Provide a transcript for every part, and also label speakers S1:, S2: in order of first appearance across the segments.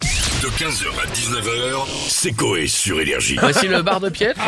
S1: De 15h à 19h, c'est Coé sur Énergie.
S2: Voici le bar de piètre.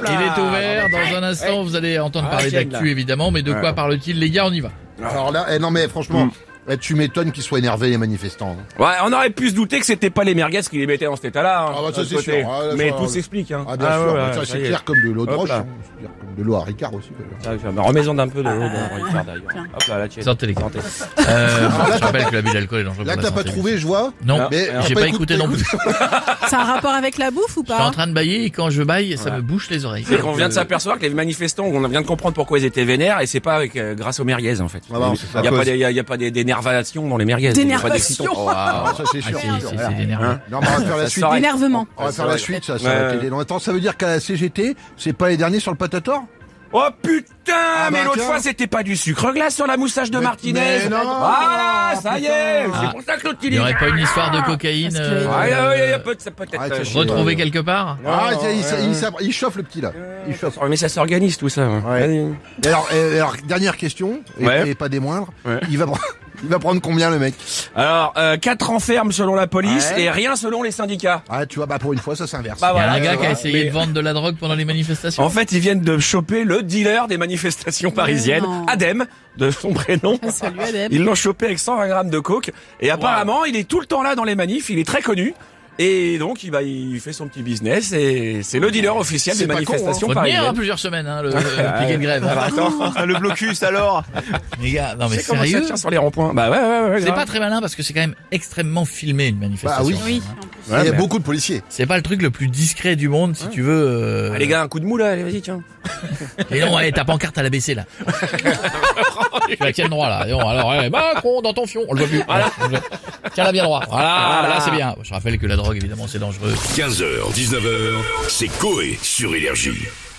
S2: Il est ouvert. Dans un instant, vous allez entendre parler d'actu, évidemment. Mais de quoi parle-t-il, les gars On y va.
S3: Alors là, eh non mais franchement, eh, tu m'étonnes qu'ils soient énervés les manifestants. hein.
S4: Ouais, on aurait pu se douter que c'était pas les merguez qui les mettaient dans cet état-là. hein,
S3: Ah bah ça,
S4: de
S3: c'est
S4: côté.
S3: sûr. Ah, là,
S4: Mais
S3: ça,
S4: tout
S3: là.
S4: s'explique. Hein.
S3: Ah bien sûr,
S4: ouais,
S3: bah,
S4: ouais,
S3: ça,
S4: ça
S3: c'est
S4: y est.
S3: clair comme de l'eau de
S4: Hop
S3: roche,
S4: là.
S3: hein. c'est clair comme de l'eau à Ricard aussi. d'ailleurs.
S4: Ah, je- bah, Remets-en d'un peu de l'eau dans Ricard, d'ailleurs. Hop là, là, tu es-
S2: Sortez les gars.
S4: Santé.
S2: Euh, je rappelle que l'abus d'alcool est dangereux
S3: Là
S2: pour la
S3: t'as pas
S2: santé.
S3: trouvé, je vois.
S2: Non,
S3: Mais
S2: j'ai
S3: t'as
S2: pas écouté non plus.
S3: t'as
S5: Ça a un rapport avec la bouffe ou
S2: Je suis en
S5: pas
S2: train de bailler et quand je baille, ça me bouche les oreilles.
S4: C'est qu'on vient de s'apercevoir que les manifestants, on vient de comprendre pourquoi ils étaient vénères, et c'est pas avec, euh, grâce aux merguez, en fait.
S3: Ah bah, c'est
S4: Il
S3: à
S4: n'y a,
S3: cause.
S4: pas des- y a- y a pas des- d'énervation dans les merguez.
S5: Des
S4: y a pas
S5: nervations.
S4: d'excitant.
S3: Ah, ça c'est
S2: Ah,
S3: sûr.
S2: c'est-
S3: c'est
S2: c'est-
S3: sûr.
S2: c'est énervant.
S3: Hein Non, mais on va faire la
S4: Ça
S3: suite.
S4: s'arrête.
S5: Énervement.
S3: On va faire la suite, ça, ça
S4: Ouais,
S3: va
S4: ouais.
S3: être énorme. Attends, ça veut dire qu'à la CGT, c'est pas les derniers sur le patator
S4: Oh putain,
S3: bah,
S4: mais l'autre
S3: tiens.
S4: fois c'était pas du sucre glace sur la moustache de
S3: Mais-
S4: Martinez.
S3: mais non. Ah,
S4: voilà, ça y est,
S3: Putain.
S4: c'est pour ça que l'autre il
S2: Il n'y
S4: est-
S2: aurait pas une histoire de cocaïne
S5: Parce que-
S2: euh,
S4: Ah, ouais, ouais, y a peut- ça peut être,
S3: Ah,
S4: euh,
S3: c'est
S2: retrouvée quelque part
S3: Ah, il, il- il- il- il chauffe le petit là. Il chauffe.
S2: Oh,
S4: Mais ça s'organise tout ça. hein.
S3: Ouais.
S4: Allez.
S3: Et Alors, et- alors, dernière question, et,
S4: Ouais.
S3: et pas des moindres.
S4: Ouais.
S3: Il va, pre- il va prendre combien le mec
S4: Alors, euh, quatre enfermes selon la police
S3: Ouais.
S4: et rien selon les syndicats.
S3: Ah, tu vois, bah pour une fois, ça s'inverse.
S4: Bah,
S2: Il y a
S4: voilà,
S2: un gars
S4: ça
S2: qui a
S4: va,
S2: essayé
S4: mais-
S2: de vendre de la drogue pendant les manifestations.
S4: En fait, ils viennent de choper le dealer des manifestations parisiennes,
S5: non.
S4: Adem, de son prénom.
S5: Ah, Salut Adèle.
S4: Ils l'ont chopé avec 120 grammes de coke. Et apparemment, il est tout le temps là dans les manifs. Il est très connu. Et donc, il, va, il fait son petit business. Et c'est le dealer officiel
S3: C'est
S4: des
S3: pas con,
S4: manifestations
S2: Faut tenir hein,
S4: parisiennes.
S2: plusieurs semaines hein, le, le piquet de grève.
S4: Ah, bah, le blocus alors.
S2: Les gars, non mais
S4: C'est comment ça
S2: sérieux
S4: tient sur les ronds-points Bah ouais, ouais, ouais.
S2: C'est
S4: grave.
S2: pas très malin parce que c'est quand même extrêmement filmé une manifestation.
S3: Bah oui.
S5: Oui.
S3: Et il y
S4: mais-
S3: a beaucoup de policiers.
S2: C'est pas le truc le plus discret du monde si tu veux. euh,
S4: Ah, les gars, un coup de moule, allez, vas-y, tiens.
S2: Et non, allez, ta pancarte à la baissée là. tu la tiens droit là. Et on, alors, ouais, Macron dans ton fion, on le voit plus. Tiens la bien droit. Voilà, là c'est bien. Je rappelle que la drogue évidemment c'est dangereux.
S1: 15h, 19h, c'est Coé sur Énergie.